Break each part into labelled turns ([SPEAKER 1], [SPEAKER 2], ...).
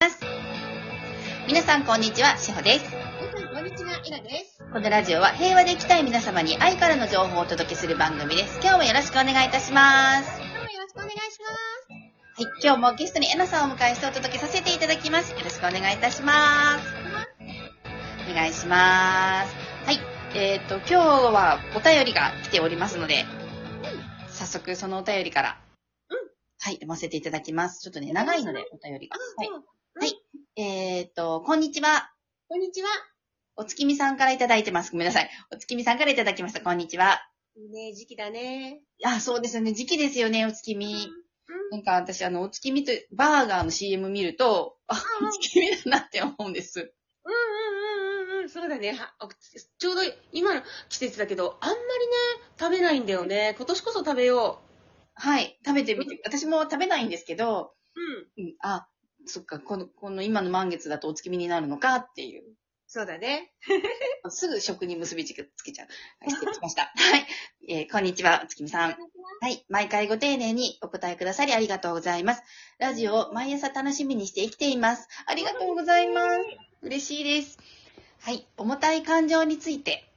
[SPEAKER 1] ます。皆さんこんにちは、しほです。
[SPEAKER 2] 皆さん、こんにちは、イラです。
[SPEAKER 1] このラジオは平和で生きたい皆様に愛からの情報をお届けする番組です。今日もよろしくお願いいたします。
[SPEAKER 2] 今日もよろしくお願いし
[SPEAKER 1] はい、今日もゲストにえなさんをお迎えしてお届けさせていただきます。よろしくお願いいたします。
[SPEAKER 2] ます。
[SPEAKER 1] お願いします。はい、えっ、ー、と、今日はお便りが来ておりますので、早速そのお便りから、
[SPEAKER 2] うん
[SPEAKER 1] はい、読ませていただきます。ちょっとね、長いのでお便りが。はい、
[SPEAKER 2] そう
[SPEAKER 1] えっ、ー、と、こんにちは。
[SPEAKER 2] こんにちは。
[SPEAKER 1] お月見さんからいただいてます。ごめんなさい。お月見さんからいただきました。こんにちは。
[SPEAKER 2] いいね、時期だね。
[SPEAKER 1] あ、そうですよね。時期ですよね、お月
[SPEAKER 2] うん。
[SPEAKER 1] 見。なんか私、あの、お月見と、バーガーの CM 見ると、あ、お月見だなって思うんです。
[SPEAKER 2] うんうんうんうんうん。そうだね。はあちょうど今の季節だけど、あんまりね、食べないんだよね。今年こそ食べよ
[SPEAKER 1] はい。食べてみて。私も食べないんですけど、
[SPEAKER 2] う。うん。
[SPEAKER 1] うん、あ、そっか、この、この今の満月だとお月見になるのかっていう。
[SPEAKER 2] そうだね。
[SPEAKER 1] すぐ食に結びつけちゃう。はい失礼しました。はい。えーこんにちは、お月見さん。はい。毎回ご丁寧にお答えくださりありがとうございます。ラジオを毎朝楽しみにして生きています。ありがとうございます。嬉しいです。はい。重たい感情について。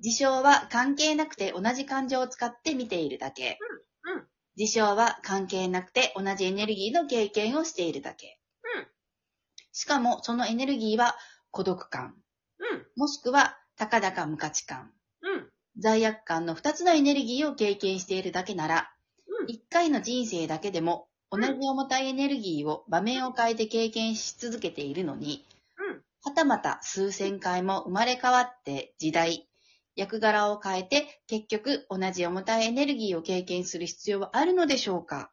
[SPEAKER 1] 事象は関係なくて同じ感情を使って見ているだけ。
[SPEAKER 2] うんうん
[SPEAKER 1] 事象は関係なくて同じエネルギーの経験をしているだけ。
[SPEAKER 2] うん
[SPEAKER 1] しかもそのエネルギーは孤独感、もしくは高々無価値感、
[SPEAKER 2] うん。うん。
[SPEAKER 1] 罪悪感の2つのエネルギーを経験しているだけなら、
[SPEAKER 2] うん
[SPEAKER 1] 1回の人生だけでも同じ重たいエネルギーを場面を変えて経験し続けているのに、
[SPEAKER 2] うん
[SPEAKER 1] はたまた数千回も生まれ変わって時代、役柄を変えて結局同じ重たいエネルギーを経験する必要はあるのでしょうか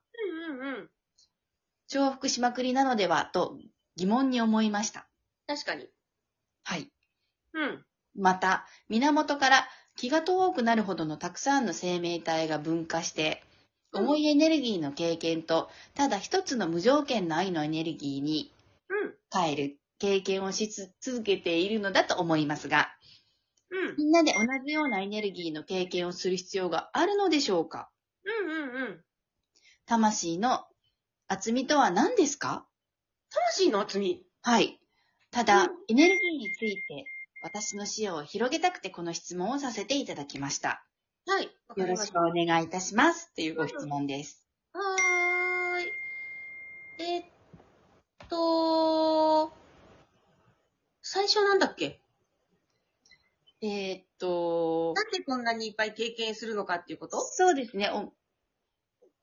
[SPEAKER 2] うんうんうん。
[SPEAKER 1] 重複しまくりなのではと疑問に思いました。
[SPEAKER 2] 確かに。
[SPEAKER 1] はい。
[SPEAKER 2] うん。
[SPEAKER 1] また、源から気が遠くなるほどのたくさんの生命体が分化して、
[SPEAKER 2] うん
[SPEAKER 1] 重いエネルギーの経験と、ただ一つの無条件の愛のエネルギーに変える経験をしつ続けているのだと思いますが、
[SPEAKER 2] うん。うん。
[SPEAKER 1] みんなで同じようなエネルギーの経験をする必要があるのでしょうか
[SPEAKER 2] うんうんうん。
[SPEAKER 1] 魂の厚みとは何ですか
[SPEAKER 2] 魂の厚み。
[SPEAKER 1] はい。ただ、
[SPEAKER 2] うん
[SPEAKER 1] エネルギーについて、私の視野を広げたくてこの質問をさせていただきました。
[SPEAKER 2] はい。わか
[SPEAKER 1] よ
[SPEAKER 2] り
[SPEAKER 1] ろ
[SPEAKER 2] ま
[SPEAKER 1] し
[SPEAKER 2] し
[SPEAKER 1] く
[SPEAKER 2] た。
[SPEAKER 1] お願いいたします。というご質問です。
[SPEAKER 2] はーい。えーっと、最初なんだっけ
[SPEAKER 1] えーっと、
[SPEAKER 2] なんでこんなにいっぱい経験するのかっていうこと
[SPEAKER 1] そうですね。お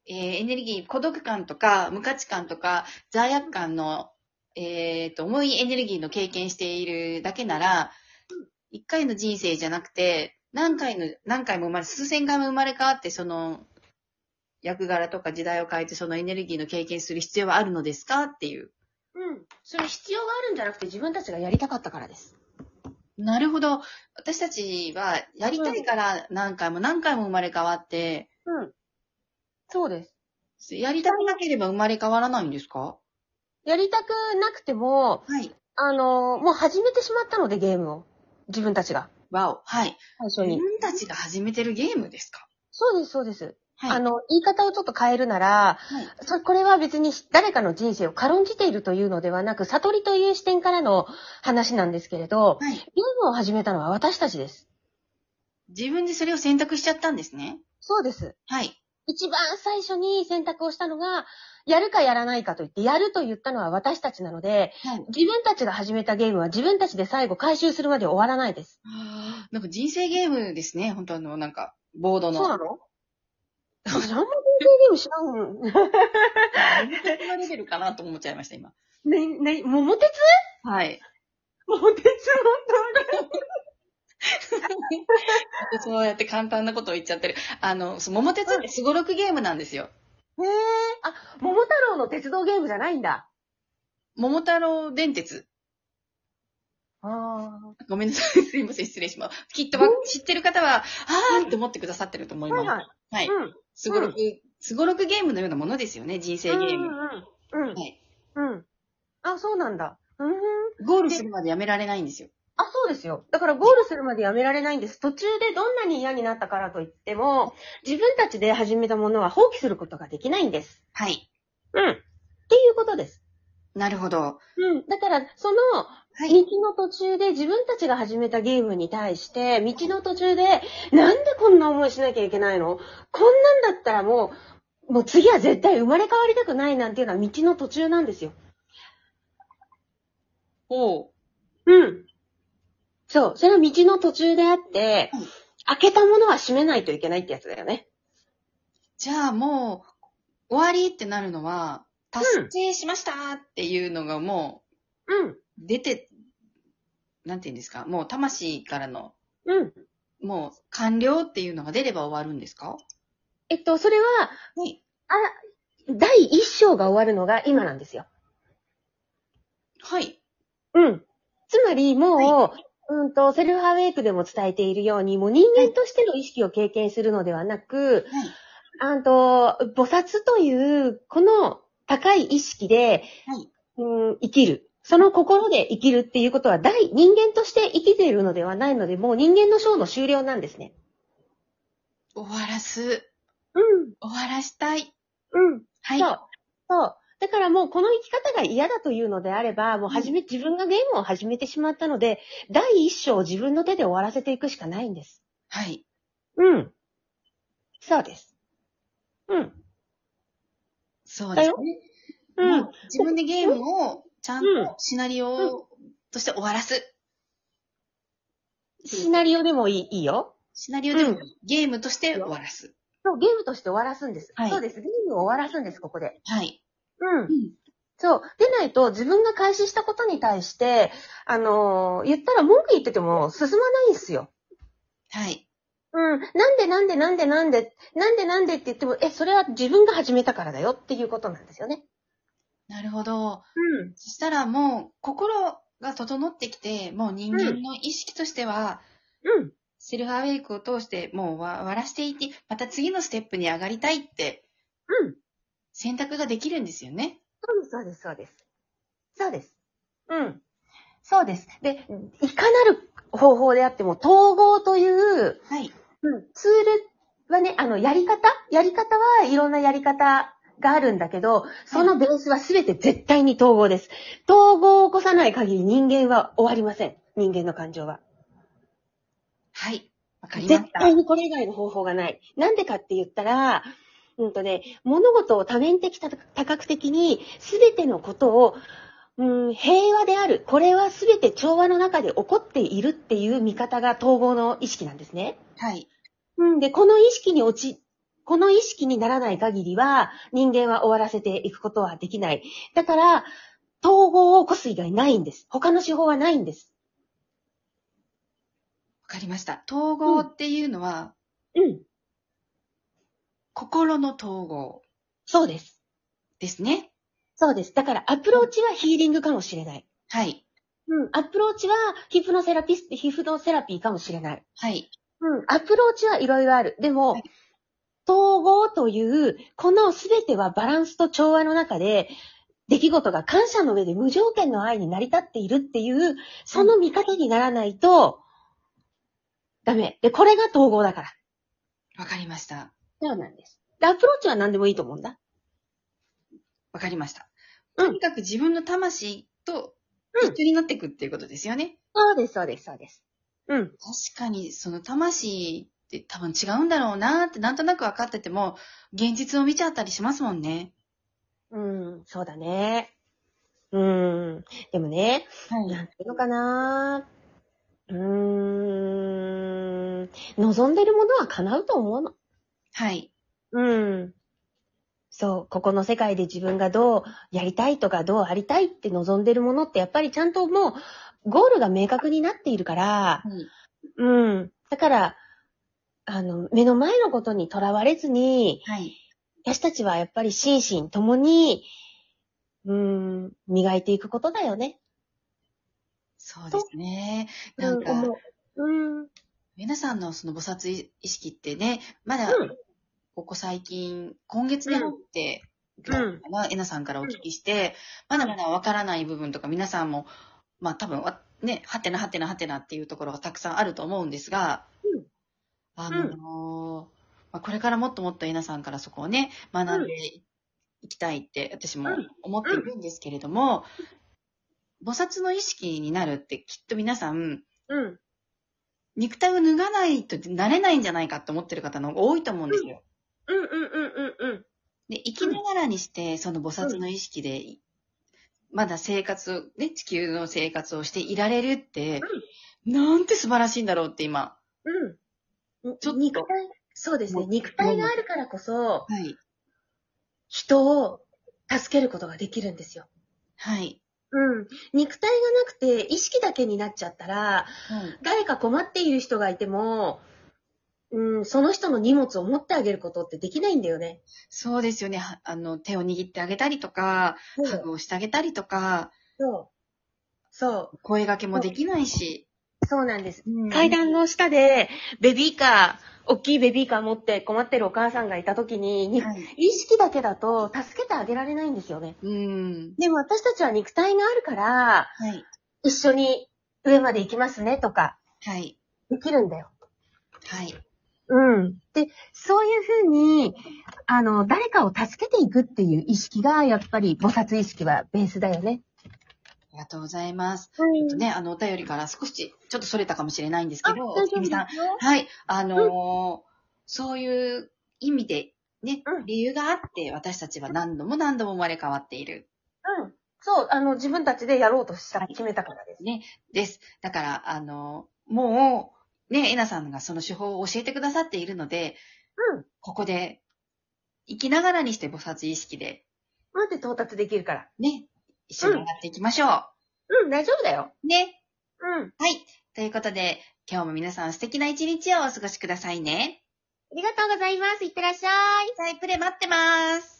[SPEAKER 1] えーエネルギー、孤独感とか、無価値感とか、罪悪感の、えーっと、重いエネルギーの経験しているだけなら、一回の人生じゃなくて、何回の、何回も生まれ、数千回も生まれ変わって、その、役柄とか時代を変えて、そのエネルギーの経験する必要はあるのですかっていう。
[SPEAKER 2] うん。それ必要があるんじゃなくて自分たちがやりたかったからです。
[SPEAKER 1] なるほど。私たちは、やりたいから何回も何回も生まれ変わって、
[SPEAKER 2] うん。そうです。
[SPEAKER 1] やりたくなければ生まれ変わらないんですか
[SPEAKER 2] やりたくなくても、
[SPEAKER 1] はい。
[SPEAKER 2] あの、もう始めてしまったのでゲームを。自分たちが。
[SPEAKER 1] わお。はい。
[SPEAKER 2] 最初
[SPEAKER 1] 自
[SPEAKER 2] に。
[SPEAKER 1] 分たちが始めてるゲームですか
[SPEAKER 2] そうです、そうです。
[SPEAKER 1] はい。
[SPEAKER 2] あの、言い方をちょっと変えるなら、
[SPEAKER 1] はい、
[SPEAKER 2] そこれは別に誰かの人生を軽んじているというのではなく、悟りという視点からの話なんですけれど、
[SPEAKER 1] はい。
[SPEAKER 2] ゲームを始めたのは私たちです。
[SPEAKER 1] 自分でそれを選択しちゃったんですね。
[SPEAKER 2] そうです。
[SPEAKER 1] はい。
[SPEAKER 2] 一番最初に選択をしたのが、やるかやらないかと言って、やると言ったのは私たちなので、
[SPEAKER 1] はい。
[SPEAKER 2] 自分たちが始めたゲームは自分たちで最後回収するまで終わらないです。
[SPEAKER 1] なんか人生ゲームですね。本当あの、なんか、ボードの。
[SPEAKER 2] そうなの私あんまりゲームしな
[SPEAKER 1] こんなレベルかなと思っちゃいました、今。
[SPEAKER 2] いもん。 ね、ね、桃鉄
[SPEAKER 1] はい。
[SPEAKER 2] 桃鉄
[SPEAKER 1] そうやって簡単なことを言っちゃってる。あの、そう桃鉄ってすごろくゲームなんですよ。
[SPEAKER 2] 本当へえ。あ、 桃太郎の鉄道ゲームじゃないんだ。
[SPEAKER 1] 桃太郎電鉄。
[SPEAKER 2] ああ。
[SPEAKER 1] ごめんなさい。すいません。失礼します。きっとわ知ってる方は、あーって思ってくださってると思い
[SPEAKER 2] はい
[SPEAKER 1] ま
[SPEAKER 2] はい。
[SPEAKER 1] す。はい。
[SPEAKER 2] うん。
[SPEAKER 1] すごろく、すごろくゲームのようなものですよね。人生ゲーム。
[SPEAKER 2] うんうんうん。
[SPEAKER 1] はい。
[SPEAKER 2] うん。うん。あ、そうなんだ。うんふん。
[SPEAKER 1] ゴールするまでやめられないんですよ。
[SPEAKER 2] あ、そうですよ。だからゴールするまでやめられないんです。途中でどんなに嫌になったからといっても、自分たちで始めたものは放棄することができないんです。
[SPEAKER 1] はい。
[SPEAKER 2] うん。っていうことです。
[SPEAKER 1] なるほど。
[SPEAKER 2] うん。だから、その、
[SPEAKER 1] は
[SPEAKER 2] 道
[SPEAKER 1] い。
[SPEAKER 2] の途中で、自分たちが始めたゲームに対して、道の途中で、なんでこんな思いしなきゃいけないのこんなんだったらもう、もう次は絶対生まれ変わりたくないなんていうのは道の途中なんですよ。
[SPEAKER 1] お
[SPEAKER 2] うん。そう。それは道の途中であって
[SPEAKER 1] うん、
[SPEAKER 2] 開けたものは閉めないといけないってやつだよね。
[SPEAKER 1] じゃあもう、終わりってなるのは、達成しましたっていうのがも
[SPEAKER 2] うん。
[SPEAKER 1] う、出て、なんて言うんですかもう魂からの、
[SPEAKER 2] うん。
[SPEAKER 1] もう完了っていうのが出れば終わるんですか
[SPEAKER 2] えっと、それは、
[SPEAKER 1] はい
[SPEAKER 2] あ第一章が終わるのが今なんですよ。
[SPEAKER 1] はい。
[SPEAKER 2] うん。つまり、もう、
[SPEAKER 1] は
[SPEAKER 2] うんと、セルフアウェイクでも伝えているように、もう人間としての意識を経験するのではなく、あんと、菩薩という、この高い意識で、
[SPEAKER 1] はい
[SPEAKER 2] うん、生きる。その心で生きるっていうことは、大、人間として生きているのではないので、もう人間の章の終了なんですね。
[SPEAKER 1] 終わらす。
[SPEAKER 2] うん、
[SPEAKER 1] 終わらしたい。
[SPEAKER 2] うん。
[SPEAKER 1] はい。
[SPEAKER 2] そう。そう。だからもうこの生き方が嫌だというのであれば、もう始め、自分がゲームを始めてしまったので、第一章を自分の手で終わらせていくしかないんです。
[SPEAKER 1] はい。
[SPEAKER 2] うん。そうです。うん。
[SPEAKER 1] そうですね。
[SPEAKER 2] う
[SPEAKER 1] も
[SPEAKER 2] ん。
[SPEAKER 1] う自分でゲームをちゃん
[SPEAKER 2] うん
[SPEAKER 1] とシナリオとして終わらす。
[SPEAKER 2] シナリオでもいいいいよ。
[SPEAKER 1] シナリオでも
[SPEAKER 2] う
[SPEAKER 1] ゲームとして終わらす。
[SPEAKER 2] そう、ゲームとして終わらすんです。
[SPEAKER 1] はい
[SPEAKER 2] そうです。ゲームを終わらすんです、ここで。
[SPEAKER 1] はい。
[SPEAKER 2] うん
[SPEAKER 1] うん
[SPEAKER 2] そう。でないと、自分が開始したことに対して、あのー言ったら文句言ってても進まないんですよ。
[SPEAKER 1] はい。
[SPEAKER 2] うん。なんでなんでなんでなんで、なんでなんでって言っても、え、それは自分が始めたからだよっていうことなんですよね。
[SPEAKER 1] なるほど。
[SPEAKER 2] うん。
[SPEAKER 1] そしたらもう心が整ってきて、もう人間の意識としては、
[SPEAKER 2] うん。
[SPEAKER 1] セルフアウェイクを通してもう終わらしていって、また次のステップに上がりたいって
[SPEAKER 2] うん。
[SPEAKER 1] 選択ができるんですよね。
[SPEAKER 2] そうです、そうです、そうです。そうです。うん。そうです。で、いかなる方法であっても、統合という、
[SPEAKER 1] はい。
[SPEAKER 2] うん、ツールはね、あの、やり方やり方はいろんなやり方があるんだけど、そのベースは全て絶対に統合です。統合を起こさない限り人間は終わりません。人間の感情は。
[SPEAKER 1] はい。わかりま
[SPEAKER 2] 絶
[SPEAKER 1] した。
[SPEAKER 2] 対にこれ以外の方法がない。なんでかって言ったら、うんとね、物事を多面的多多角的に、すべてのことを、うん、平和である。これはすべて調和の中で起こっているっていう見方が統合の意識なんですね。
[SPEAKER 1] はい。
[SPEAKER 2] うん、で、この意識に落ち、この意識にならない限りは、人間は終わらせていくことはできない。だから、統合を起こす以外ないんです。他の手法はないんです。
[SPEAKER 1] わかりました。統合っていうのは、
[SPEAKER 2] うん。
[SPEAKER 1] 心の統合
[SPEAKER 2] そうです。
[SPEAKER 1] ですね。
[SPEAKER 2] そうです。だから、アプローチはヒーリングかもしれない。
[SPEAKER 1] はい。
[SPEAKER 2] うん。アプローチはヒプノセラピス、ヒプノセラピーかもしれない。
[SPEAKER 1] はい。
[SPEAKER 2] うん。アプローチはいろいろある。でも、
[SPEAKER 1] はい
[SPEAKER 2] 統合という、このすべてはバランスと調和の中で、出来事が感謝の上で無条件の愛に成り立っているっていう、その見方にならないと、ダメ。で、これが統合だから。
[SPEAKER 1] わかりました。
[SPEAKER 2] そうなんです。で、アプローチは何でもいいと思うんだ。
[SPEAKER 1] わかりました。
[SPEAKER 2] うん
[SPEAKER 1] とにかく自分の魂と
[SPEAKER 2] うん
[SPEAKER 1] 一緒になっていくっていうことですよね。
[SPEAKER 2] そうです、そうです、そうです。うん。
[SPEAKER 1] 確かに、その魂って多分違うんだろうなってなんとなく分かってても、現実を見ちゃったりしますもんね。
[SPEAKER 2] うん、そうだね。うん。でもね、
[SPEAKER 1] は
[SPEAKER 2] なんていうのかなうーん。望んでるものは叶うと思うの。
[SPEAKER 1] はい。
[SPEAKER 2] うん。そう、ここの世界で自分がどうやりたいとかどうありたいって望んでるものってやっぱりちゃんともうゴールが明確になっているから、
[SPEAKER 1] はい。
[SPEAKER 2] うん。だから、あの、目の前のことにとらわれずに、
[SPEAKER 1] はい。
[SPEAKER 2] 私たちはやっぱり心身ともに、うん、磨いていくことだよね。
[SPEAKER 1] そうですね。
[SPEAKER 2] う
[SPEAKER 1] なん
[SPEAKER 2] ん、
[SPEAKER 1] か、
[SPEAKER 2] 思う。うん。うん。
[SPEAKER 1] 皆さんのその菩薩意識ってね、まだここ最近、今月に入って、ぐらいかな、えなさんからお聞きして、まだまだわからない部分とか皆さんも、まあ多分わ、ね、はてなはてなはてなっていうところがたくさんあると思うんですが、
[SPEAKER 2] うん
[SPEAKER 1] あのーまあ、これからもっともっとえなさんからそこをね、学んでいきたいって私も
[SPEAKER 2] うん
[SPEAKER 1] 思っているんですけれども、菩薩の意識になるってきっと皆さん、
[SPEAKER 2] うん。
[SPEAKER 1] 肉体を脱がないとなれないんじゃないかって思ってる方の方が多いと思うんですよ。
[SPEAKER 2] うんうんうんうんうん。
[SPEAKER 1] で、生きながらにして、その菩薩の意識で、まだ生活を、ね、地球の生活をしていられるって、なんて素晴らしいんだろうって今。
[SPEAKER 2] うん。
[SPEAKER 1] ちょっと
[SPEAKER 2] 肉体、そうですね。
[SPEAKER 1] もう
[SPEAKER 2] 肉体があるからこそ、
[SPEAKER 1] はい。
[SPEAKER 2] 人を助けることができるんですよ。
[SPEAKER 1] はい。
[SPEAKER 2] うん。肉体がなくて、意識だけになっちゃったら、
[SPEAKER 1] はい。
[SPEAKER 2] 誰か困っている人がいても、うん、その人の荷物を持ってあげることってできないんだよね。
[SPEAKER 1] そうですよね。はあの、手を握ってあげたりとか、ハグをしてあげたりとか、
[SPEAKER 2] そう。そう。
[SPEAKER 1] 声掛けもできないし。
[SPEAKER 2] そうなんです。
[SPEAKER 1] うん
[SPEAKER 2] 階段の下で、ベビーカー、大きいベビーカー持って困ってるお母さんがいた時に、に
[SPEAKER 1] はい。
[SPEAKER 2] 意識だけだと助けてあげられないんですよね。
[SPEAKER 1] うん。
[SPEAKER 2] でも私たちは肉体があるから、
[SPEAKER 1] はい。
[SPEAKER 2] 一緒に上まで行きますねとか、
[SPEAKER 1] はい。
[SPEAKER 2] できるんだよ。
[SPEAKER 1] はい。
[SPEAKER 2] うん。で、そういうふうに、あの、誰かを助けていくっていう意識が、やっぱり菩薩意識はベースだよね。
[SPEAKER 1] ありがとうございます。
[SPEAKER 2] は
[SPEAKER 1] ちょっとね、あの、お便りから少し、ちょっとそれたかもしれないんですけど、
[SPEAKER 2] 大丈
[SPEAKER 1] 月
[SPEAKER 2] 夫で
[SPEAKER 1] 見
[SPEAKER 2] す
[SPEAKER 1] さん
[SPEAKER 2] よ。
[SPEAKER 1] はい。あのーそういう意味で、ね、
[SPEAKER 2] うん
[SPEAKER 1] 理由があって、私たちは何度も何度も生まれ変わっている。
[SPEAKER 2] うん。そう、あの、自分たちでやろうとした、決めたからです。
[SPEAKER 1] です。だから、あのーもう、ね、えなさんがその手法を教えてくださっているので、
[SPEAKER 2] うん。
[SPEAKER 1] ここで、生きながらにして菩薩意識で、
[SPEAKER 2] 待って到達できるから。
[SPEAKER 1] ね、一緒にやっていきましょう。
[SPEAKER 2] うん、大丈夫だよ。
[SPEAKER 1] ね。
[SPEAKER 2] うん。
[SPEAKER 1] はい。ということで、今日も皆さん素敵な一日をお過ごしくださいね。
[SPEAKER 2] ありがとうございます。いってらっしゃい。
[SPEAKER 1] サイプレ待ってます。